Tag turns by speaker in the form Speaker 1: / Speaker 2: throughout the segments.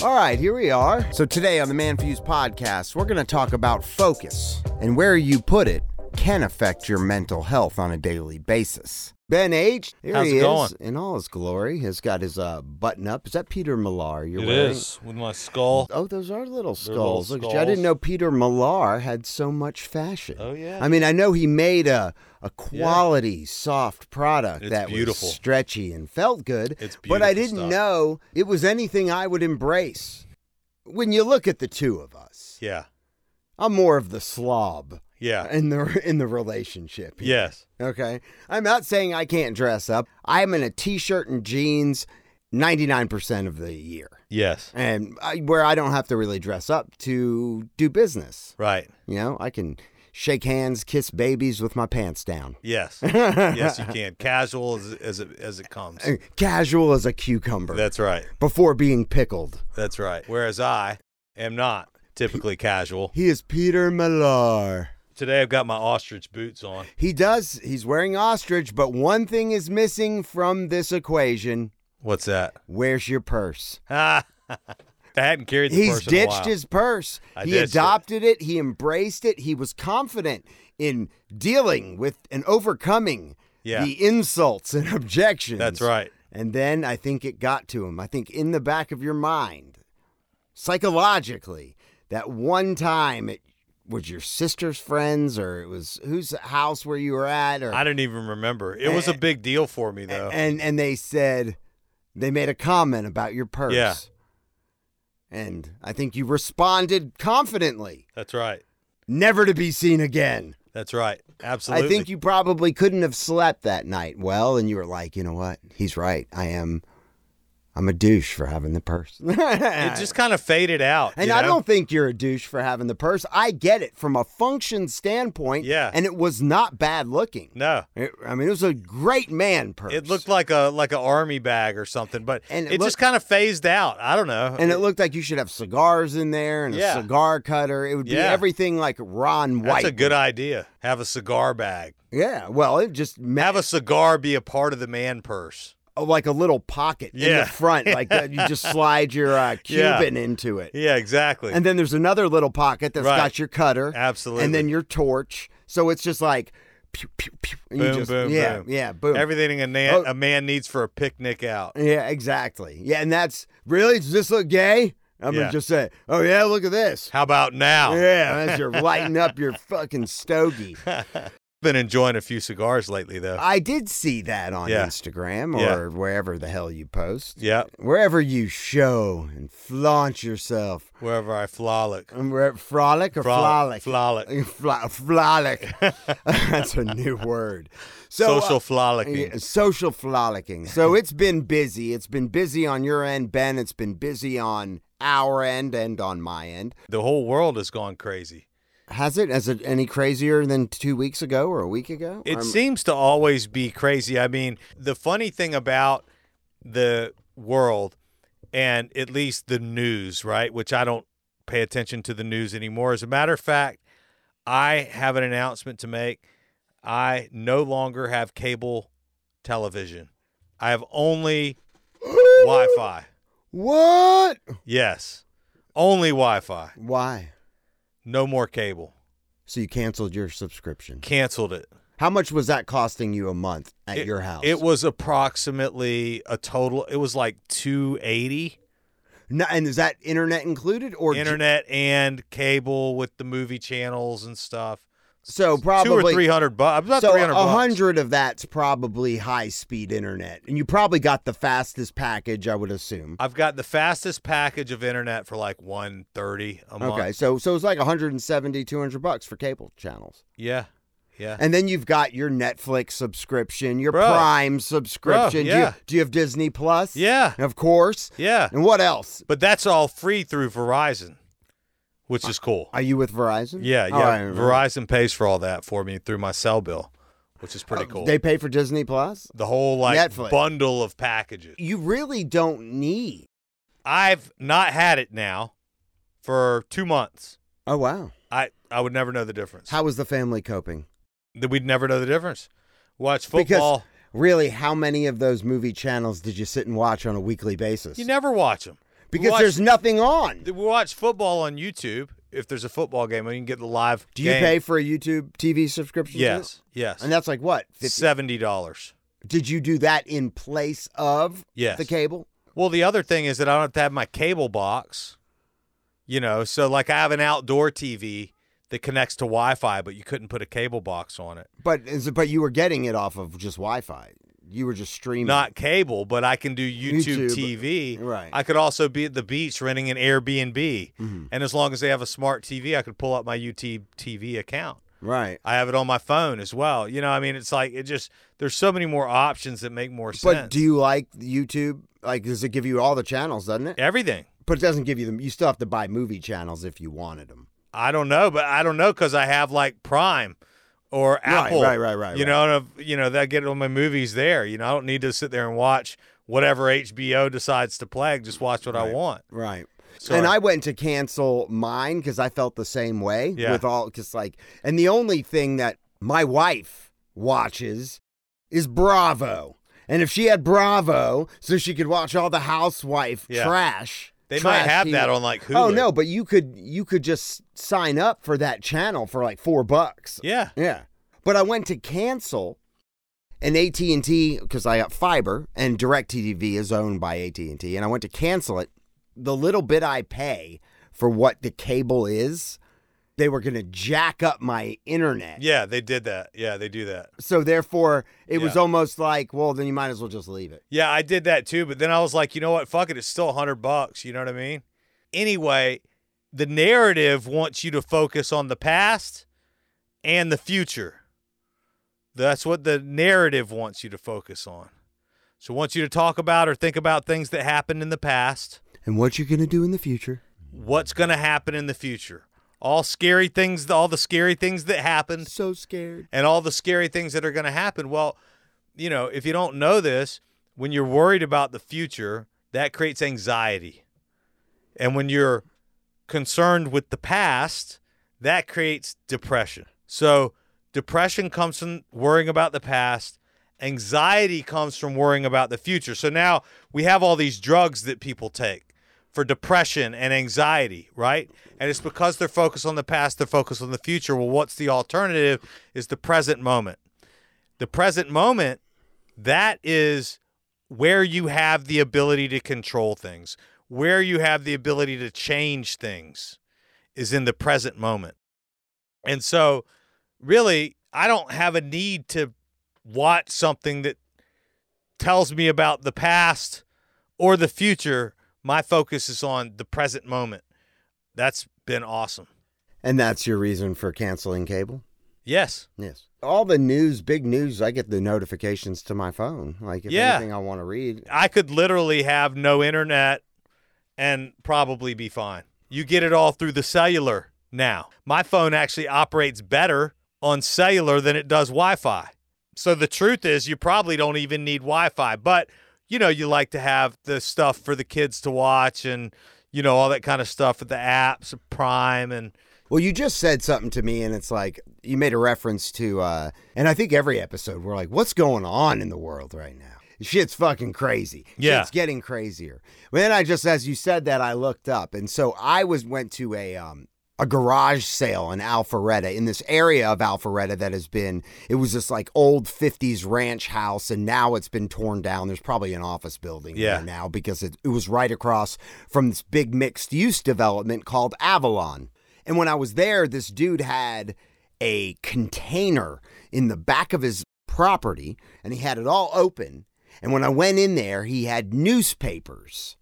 Speaker 1: All right, here we are. So today on the Man Fuse podcast, we're going to talk about focus and where you put it can affect your mental health on a daily basis. Ben H, here
Speaker 2: How's
Speaker 1: he
Speaker 2: it
Speaker 1: is
Speaker 2: going?
Speaker 1: in all his glory. Has got his uh, button up. Is that Peter Millar you're
Speaker 2: It
Speaker 1: wearing?
Speaker 2: is with my skull.
Speaker 1: Oh, those are little
Speaker 2: They're little
Speaker 1: skulls. Look at you. I didn't
Speaker 2: skulls.
Speaker 1: know Peter Millar had so much fashion.
Speaker 2: Oh, yeah.
Speaker 1: I mean, I know he made a a quality soft product
Speaker 2: It's
Speaker 1: that
Speaker 2: beautiful.
Speaker 1: was stretchy and felt good.
Speaker 2: It's
Speaker 1: But I
Speaker 2: beautiful
Speaker 1: didn't
Speaker 2: stuff.
Speaker 1: know it was anything I would embrace. When you look at the two of us,
Speaker 2: Yeah,
Speaker 1: I'm more of the slob
Speaker 2: yeah,
Speaker 1: in the in the relationship. here.
Speaker 2: yes.
Speaker 1: Okay. I'm not saying I can't dress up. I'm in a t-shirt and jeans 99% of the year
Speaker 2: Yes,
Speaker 1: and I, where I don't have to really dress up to do business.
Speaker 2: right.
Speaker 1: You know, I can shake hands, kiss babies with my pants down.
Speaker 2: Yes, yes. You can casual as as it, as it comes.
Speaker 1: Uh, Casual as a cucumber
Speaker 2: That's right.
Speaker 1: before being pickled.
Speaker 2: That's right. Whereas I am not typically casual.
Speaker 1: He is Peter Millar.
Speaker 2: Today I've got my ostrich boots on.
Speaker 1: He does, he's wearing ostrich, but one thing is missing from this equation.
Speaker 2: What's that?
Speaker 1: Where's your purse?
Speaker 2: Ah, I hadn't carried the
Speaker 1: He's
Speaker 2: purse in a
Speaker 1: ditched
Speaker 2: while.
Speaker 1: his purse.
Speaker 2: I
Speaker 1: he
Speaker 2: ditched it.
Speaker 1: adopted it. He embraced it. He was confident in dealing with and overcoming
Speaker 2: Yeah.
Speaker 1: the insults and objections.
Speaker 2: That's right.
Speaker 1: And then I think it got to him. I think in the back of your mind, psychologically, that one time it was your sister's friends or it was whose house where you were at or
Speaker 2: I didn't even remember. It was a big deal for me though.
Speaker 1: and and they said they made a comment about your purse.
Speaker 2: Yeah.
Speaker 1: And I think you responded confidently,
Speaker 2: That's right.
Speaker 1: never to be seen again.
Speaker 2: That's right. Absolutely.
Speaker 1: I think you probably couldn't have slept that night well, and you were like, you know what? He's right. I am. I'm a douche for having the purse.
Speaker 2: It just kind of faded out.
Speaker 1: And
Speaker 2: you
Speaker 1: I
Speaker 2: know?
Speaker 1: don't think you're a douche for having the purse. I get it from a function standpoint.
Speaker 2: Yeah.
Speaker 1: And it was not bad looking.
Speaker 2: No.
Speaker 1: It- I mean, it was a great man purse.
Speaker 2: It looked like a like an army bag or something, but
Speaker 1: And it
Speaker 2: it, just kind of phased out. I don't know.
Speaker 1: And it looked like you should have cigars in there and
Speaker 2: Yeah.
Speaker 1: a cigar cutter. It would be
Speaker 2: Yeah.
Speaker 1: everything like Ron White.
Speaker 2: that's a good idea. Have a cigar bag.
Speaker 1: Yeah. Well, it just ma- oh,
Speaker 2: Have a cigar be a part of the man purse.
Speaker 1: like a little pocket in the
Speaker 2: Yeah.
Speaker 1: front, like that you just slide your uh,
Speaker 2: Yeah.
Speaker 1: Cuban into it.
Speaker 2: Yeah, exactly.
Speaker 1: And then there's another little pocket that's
Speaker 2: Right.
Speaker 1: got your cutter.
Speaker 2: Absolutely.
Speaker 1: And then your torch. So it's just like pew pew pew. and you
Speaker 2: Boom,
Speaker 1: just-
Speaker 2: boom,
Speaker 1: yeah,
Speaker 2: boom.
Speaker 1: Yeah. Boom.
Speaker 2: everything a man,
Speaker 1: Oh.
Speaker 2: a man needs for a picnic out.
Speaker 1: yeah. Exactly. Yeah. And that's really does this look gay? I'm
Speaker 2: Yeah.
Speaker 1: gonna just say, oh yeah, look at this.
Speaker 2: How about now?
Speaker 1: Yeah, as you're lighting up your fucking stogie.
Speaker 2: Been enjoying a few cigars lately though.
Speaker 1: I did see that on
Speaker 2: Yeah.
Speaker 1: Instagram or
Speaker 2: Yeah.
Speaker 1: wherever the hell you post.
Speaker 2: yeah,
Speaker 1: Wherever you show and flaunt yourself.
Speaker 2: wherever I frolic.
Speaker 1: And we're at frolic or
Speaker 2: Frolic.
Speaker 1: frolic?
Speaker 2: Frolic.
Speaker 1: Fla- frolic. That's a new word. So,
Speaker 2: Social
Speaker 1: uh,
Speaker 2: frolicking.
Speaker 1: yeah, social frolicking. So it's been busy. It's been busy on your end, Ben. It's been busy on our end and on my end.
Speaker 2: The whole world has gone crazy.
Speaker 1: Has it? Is it any crazier than two weeks ago or a week ago? Um,
Speaker 2: It
Speaker 1: I'm-
Speaker 2: seems to always be crazy. I mean, the funny thing about the world and at least the news, right, which I don't pay attention to the news anymore. As a matter of fact, I have an announcement to make. I no longer have cable television. I have only Wi-Fi.
Speaker 1: What?
Speaker 2: Yes. Only Wi-Fi.
Speaker 1: Why?
Speaker 2: No more cable.
Speaker 1: So you canceled your subscription.
Speaker 2: Canceled it.
Speaker 1: How much was that costing you a month at
Speaker 2: It-
Speaker 1: your house?
Speaker 2: It was approximately a total it was like 280.
Speaker 1: No, and is that internet included or ju-
Speaker 2: internet and cable with the movie channels and stuff.
Speaker 1: so probably
Speaker 2: Two or three hundred bucks. About
Speaker 1: so
Speaker 2: three hundred.
Speaker 1: a hundred of that's probably high speed internet, and you probably got the fastest package, I would assume.
Speaker 2: I've got the fastest package of internet for like one thirty a month.
Speaker 1: Okay, so so it's like 170, 200 bucks for cable channels,
Speaker 2: Yeah. Yeah.
Speaker 1: and then you've got your Netflix subscription, your
Speaker 2: Bro.
Speaker 1: Prime subscription. do, you,
Speaker 2: yeah.
Speaker 1: do you have Disney Plus?
Speaker 2: Yeah.
Speaker 1: of course.
Speaker 2: Yeah.
Speaker 1: And what else?
Speaker 2: But that's all free through Verizon, which is cool.
Speaker 1: Are you with Verizon?
Speaker 2: Yeah.
Speaker 1: All
Speaker 2: Yeah.
Speaker 1: right.
Speaker 2: Verizon pays for all that for me through my cell bill, which is pretty cool.
Speaker 1: Oh, They pay for Disney Plus.
Speaker 2: the whole like
Speaker 1: Netflix.
Speaker 2: bundle of packages.
Speaker 1: You really don't need.
Speaker 2: I've not had it now for two months.
Speaker 1: Oh wow!
Speaker 2: I I would never know the difference.
Speaker 1: How was the family coping?
Speaker 2: that we'd never know the difference. Watch
Speaker 1: Because-
Speaker 2: football.
Speaker 1: Really, how many of those movie channels did you sit and watch on a weekly basis?
Speaker 2: you never watch them.
Speaker 1: because
Speaker 2: watch-
Speaker 1: there's nothing on.
Speaker 2: We watch football on YouTube. If there's a football game, and you can get the live.
Speaker 1: Do you
Speaker 2: game.
Speaker 1: pay for a YouTube TV subscription? to it?
Speaker 2: Yes, yes.
Speaker 1: And that's like what? 50?
Speaker 2: Seventy dollars.
Speaker 1: Did you do that in place of
Speaker 2: Yes.
Speaker 1: the cable?
Speaker 2: Well, the other thing is that I don't have to have my cable box. You know, so like I have an outdoor TV that connects to Wi-Fi, but you couldn't put a cable box on it.
Speaker 1: But is it- but you were getting it off of just Wi-Fi. You were just streaming.
Speaker 2: Not cable, but I can do YouTube,
Speaker 1: Hmm. YouTube,
Speaker 2: TV.
Speaker 1: right. Mm-hmm.
Speaker 2: I could also be at the beach renting an Airbnb, and as long as they have a smart TV, I could pull up my YouTube TV account.
Speaker 1: right.
Speaker 2: I have it on my phone as well. You know, I mean, it's like it just there's so many more options that make more sense.
Speaker 1: But do you like YouTube? Like, does it give you all the channels? Doesn't it?
Speaker 2: everything.
Speaker 1: But it doesn't give you them. You still have to buy movie channels if you wanted them.
Speaker 2: I don't know, but I don't know because I have like Prime or Apple.
Speaker 1: right, right, right,
Speaker 2: You
Speaker 1: right.
Speaker 2: know, and I've- you know that get all my movies there. You know, I don't need to sit there and watch whatever HBO decides to play. I can Just watch what I want.
Speaker 1: Right.
Speaker 2: So
Speaker 1: and I went to cancel mine because I felt the same way
Speaker 2: Yeah.
Speaker 1: with all because like, and the only thing that my wife watches is Bravo, and if she had Bravo, so she could watch all the housewife
Speaker 2: Yeah.
Speaker 1: trash.
Speaker 2: They
Speaker 1: trash
Speaker 2: might have
Speaker 1: TV.
Speaker 2: that on like Hulu.
Speaker 1: Oh no, but you could you could just sign up for that channel for like four bucks.
Speaker 2: Yeah.
Speaker 1: Yeah. But I went to cancel an AT&T cuz I got fiber and DirecTV is owned by AT&T and I went to cancel it. The little bit I pay for what the cable is, they were going to jack up my internet.
Speaker 2: Yeah, they did that. Yeah, they do that.
Speaker 1: So therefore, it was
Speaker 2: Yeah.
Speaker 1: almost like, well, then you might as well just leave it.
Speaker 2: Yeah, I did that too, but then I was like, you know what? Fuck it, it's still 100 bucks, you know what I mean? Anyway, the narrative wants you to focus on the past and the future. That's what the narrative wants you to focus on. So it wants you to talk about or think about things that happened in the past,
Speaker 1: And what you're going to do in the future?
Speaker 2: what's going to happen in the future. All scary things, all the scary things that happened
Speaker 1: So scared.
Speaker 2: and all the scary things that are going to happen. Well, you know, if you don't know this, when you're worried about the future, that creates anxiety. And when you're concerned with the past, that creates depression. So, depression comes from worrying about the past. Anxiety comes from worrying about the future. So now we have all these drugs that people take for depression and anxiety, right? And it's because they're focused on the past, they're focused on the future. Well, what's the alternative is the present moment. The present moment, that is where you have the ability to control things, where you have the ability to change things is in the present moment. And so, really, I don't have a need to watch something that tells me about the past or the future. My focus is on the present moment. That's been awesome.
Speaker 1: And that's your reason for canceling cable?
Speaker 2: Yes.
Speaker 1: Yes. All the news, big news, I get the notifications to my phone. Like if
Speaker 2: Yeah.
Speaker 1: anything I want to read.
Speaker 2: I could literally have no internet and probably be fine. You get it all through the cellular now. My phone actually operates better on cellular than it does Wi Fi. So the truth is, you probably don't even need Wi Fi, but you know, you like to have the stuff for the kids to watch and, you know, all that kind of stuff with the apps, Prime, and
Speaker 1: Well, you just said something to me, and it's like you made a reference to, uh, and I think every episode we're like, what's going on in the world right now? Shit's fucking crazy.
Speaker 2: Yeah.
Speaker 1: Shit's getting crazier. But then I just, as you said that, I looked up, and so I was went to a um, a garage sale in Alpharetta, in this area of Alpharetta that has been, it was this like old 50s ranch house, and now it's been torn down. There's probably an office building
Speaker 2: Yeah.
Speaker 1: there now because it, it was right across from this big mixed use development called Avalon. And when I was there, this dude had a container in the back of his property and he had it all open. And when I went in there, he had newspapers,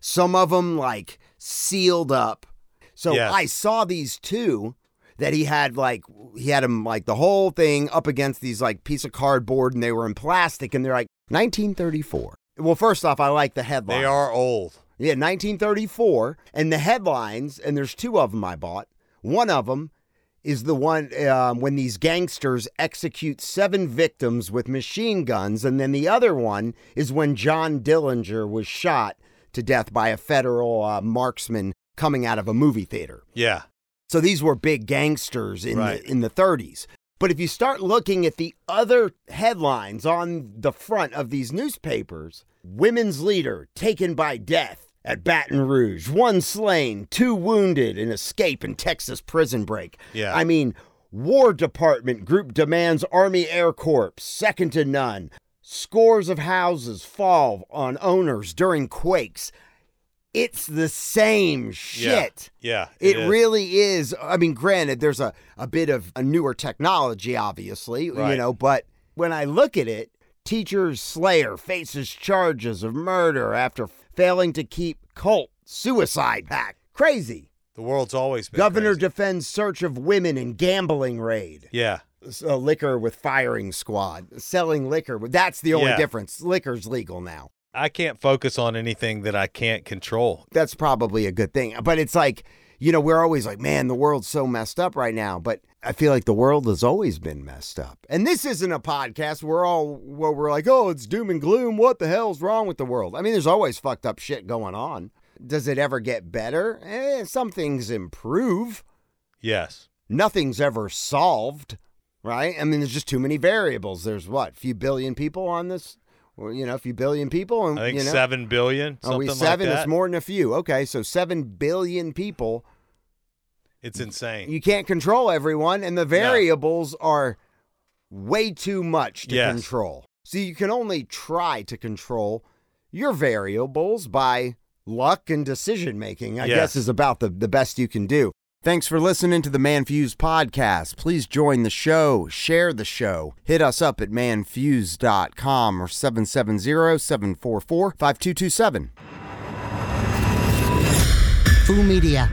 Speaker 1: some of them like sealed up. So
Speaker 2: Yeah.
Speaker 1: I saw these two that he had like he had them like the whole thing up against these like piece of cardboard and they were in plastic and they're like 1934. Well, first off, I like the headline.
Speaker 2: they are old.
Speaker 1: Yeah, 1934. And the headlines, and there's two of them I bought. One of them is the one um, when these gangsters execute seven victims with machine guns. And then the other one is when John Dillinger was shot to death by a federal uh, marksman coming out of a movie theater.
Speaker 2: Yeah.
Speaker 1: So these were big gangsters in
Speaker 2: Right.
Speaker 1: the, in the 30s. But if you start looking at the other headlines on the front of these newspapers, women's leader taken by death, at Baton Rouge, one slain, two wounded in escape and Texas prison break.
Speaker 2: Yeah.
Speaker 1: I mean, War Department group demands Army Air Corps, second to none. Scores of houses fall on owners during quakes. It's the same
Speaker 2: Yeah.
Speaker 1: shit.
Speaker 2: Yeah.
Speaker 1: It
Speaker 2: is.
Speaker 1: really is. I mean, granted, there's a, a bit of a newer technology, obviously, you
Speaker 2: Right.
Speaker 1: know, but when I look at it, teacher Slayer faces charges of murder after failing to keep cult suicide pact. Crazy.
Speaker 2: the world's always been
Speaker 1: Governor
Speaker 2: crazy.
Speaker 1: defends search of women in gambling raid.
Speaker 2: yeah.
Speaker 1: S- uh, liquor with firing squad. Selling liquor. That's the only
Speaker 2: Yeah.
Speaker 1: difference. Liquor's legal now.
Speaker 2: I can't focus on anything that I can't control.
Speaker 1: that's probably a good thing. But it's like, you know, we're always like, man, the world's so messed up right now. But I feel like the world has always been messed up. And this isn't a podcast. We're all where we're like, oh, it's doom and gloom. What the hell's wrong with the world? I mean, there's always fucked up shit going on. Does it ever get better? Eh, some things improve.
Speaker 2: Yes.
Speaker 1: Nothing's ever solved, right? I mean, there's just too many variables. There's what, a few billion people on this? Well, you know, a few billion people. And,
Speaker 2: I think
Speaker 1: Um, you know,
Speaker 2: seven billion. Something
Speaker 1: are we
Speaker 2: like
Speaker 1: seven?
Speaker 2: that.
Speaker 1: it's more than a few. Okay, so seven billion people.
Speaker 2: It's insane.
Speaker 1: You can't control everyone, and the variables are way too much to
Speaker 2: Yes.
Speaker 1: control. So you can only try to control your variables by luck and decision making. I guess
Speaker 2: Yes.
Speaker 1: is about the, the best you can do. Thanks for listening to the Man Fuse podcast. Please join the show, share the show. Hit us up at manfuse.com or 770-744-5227.
Speaker 3: Foo Media.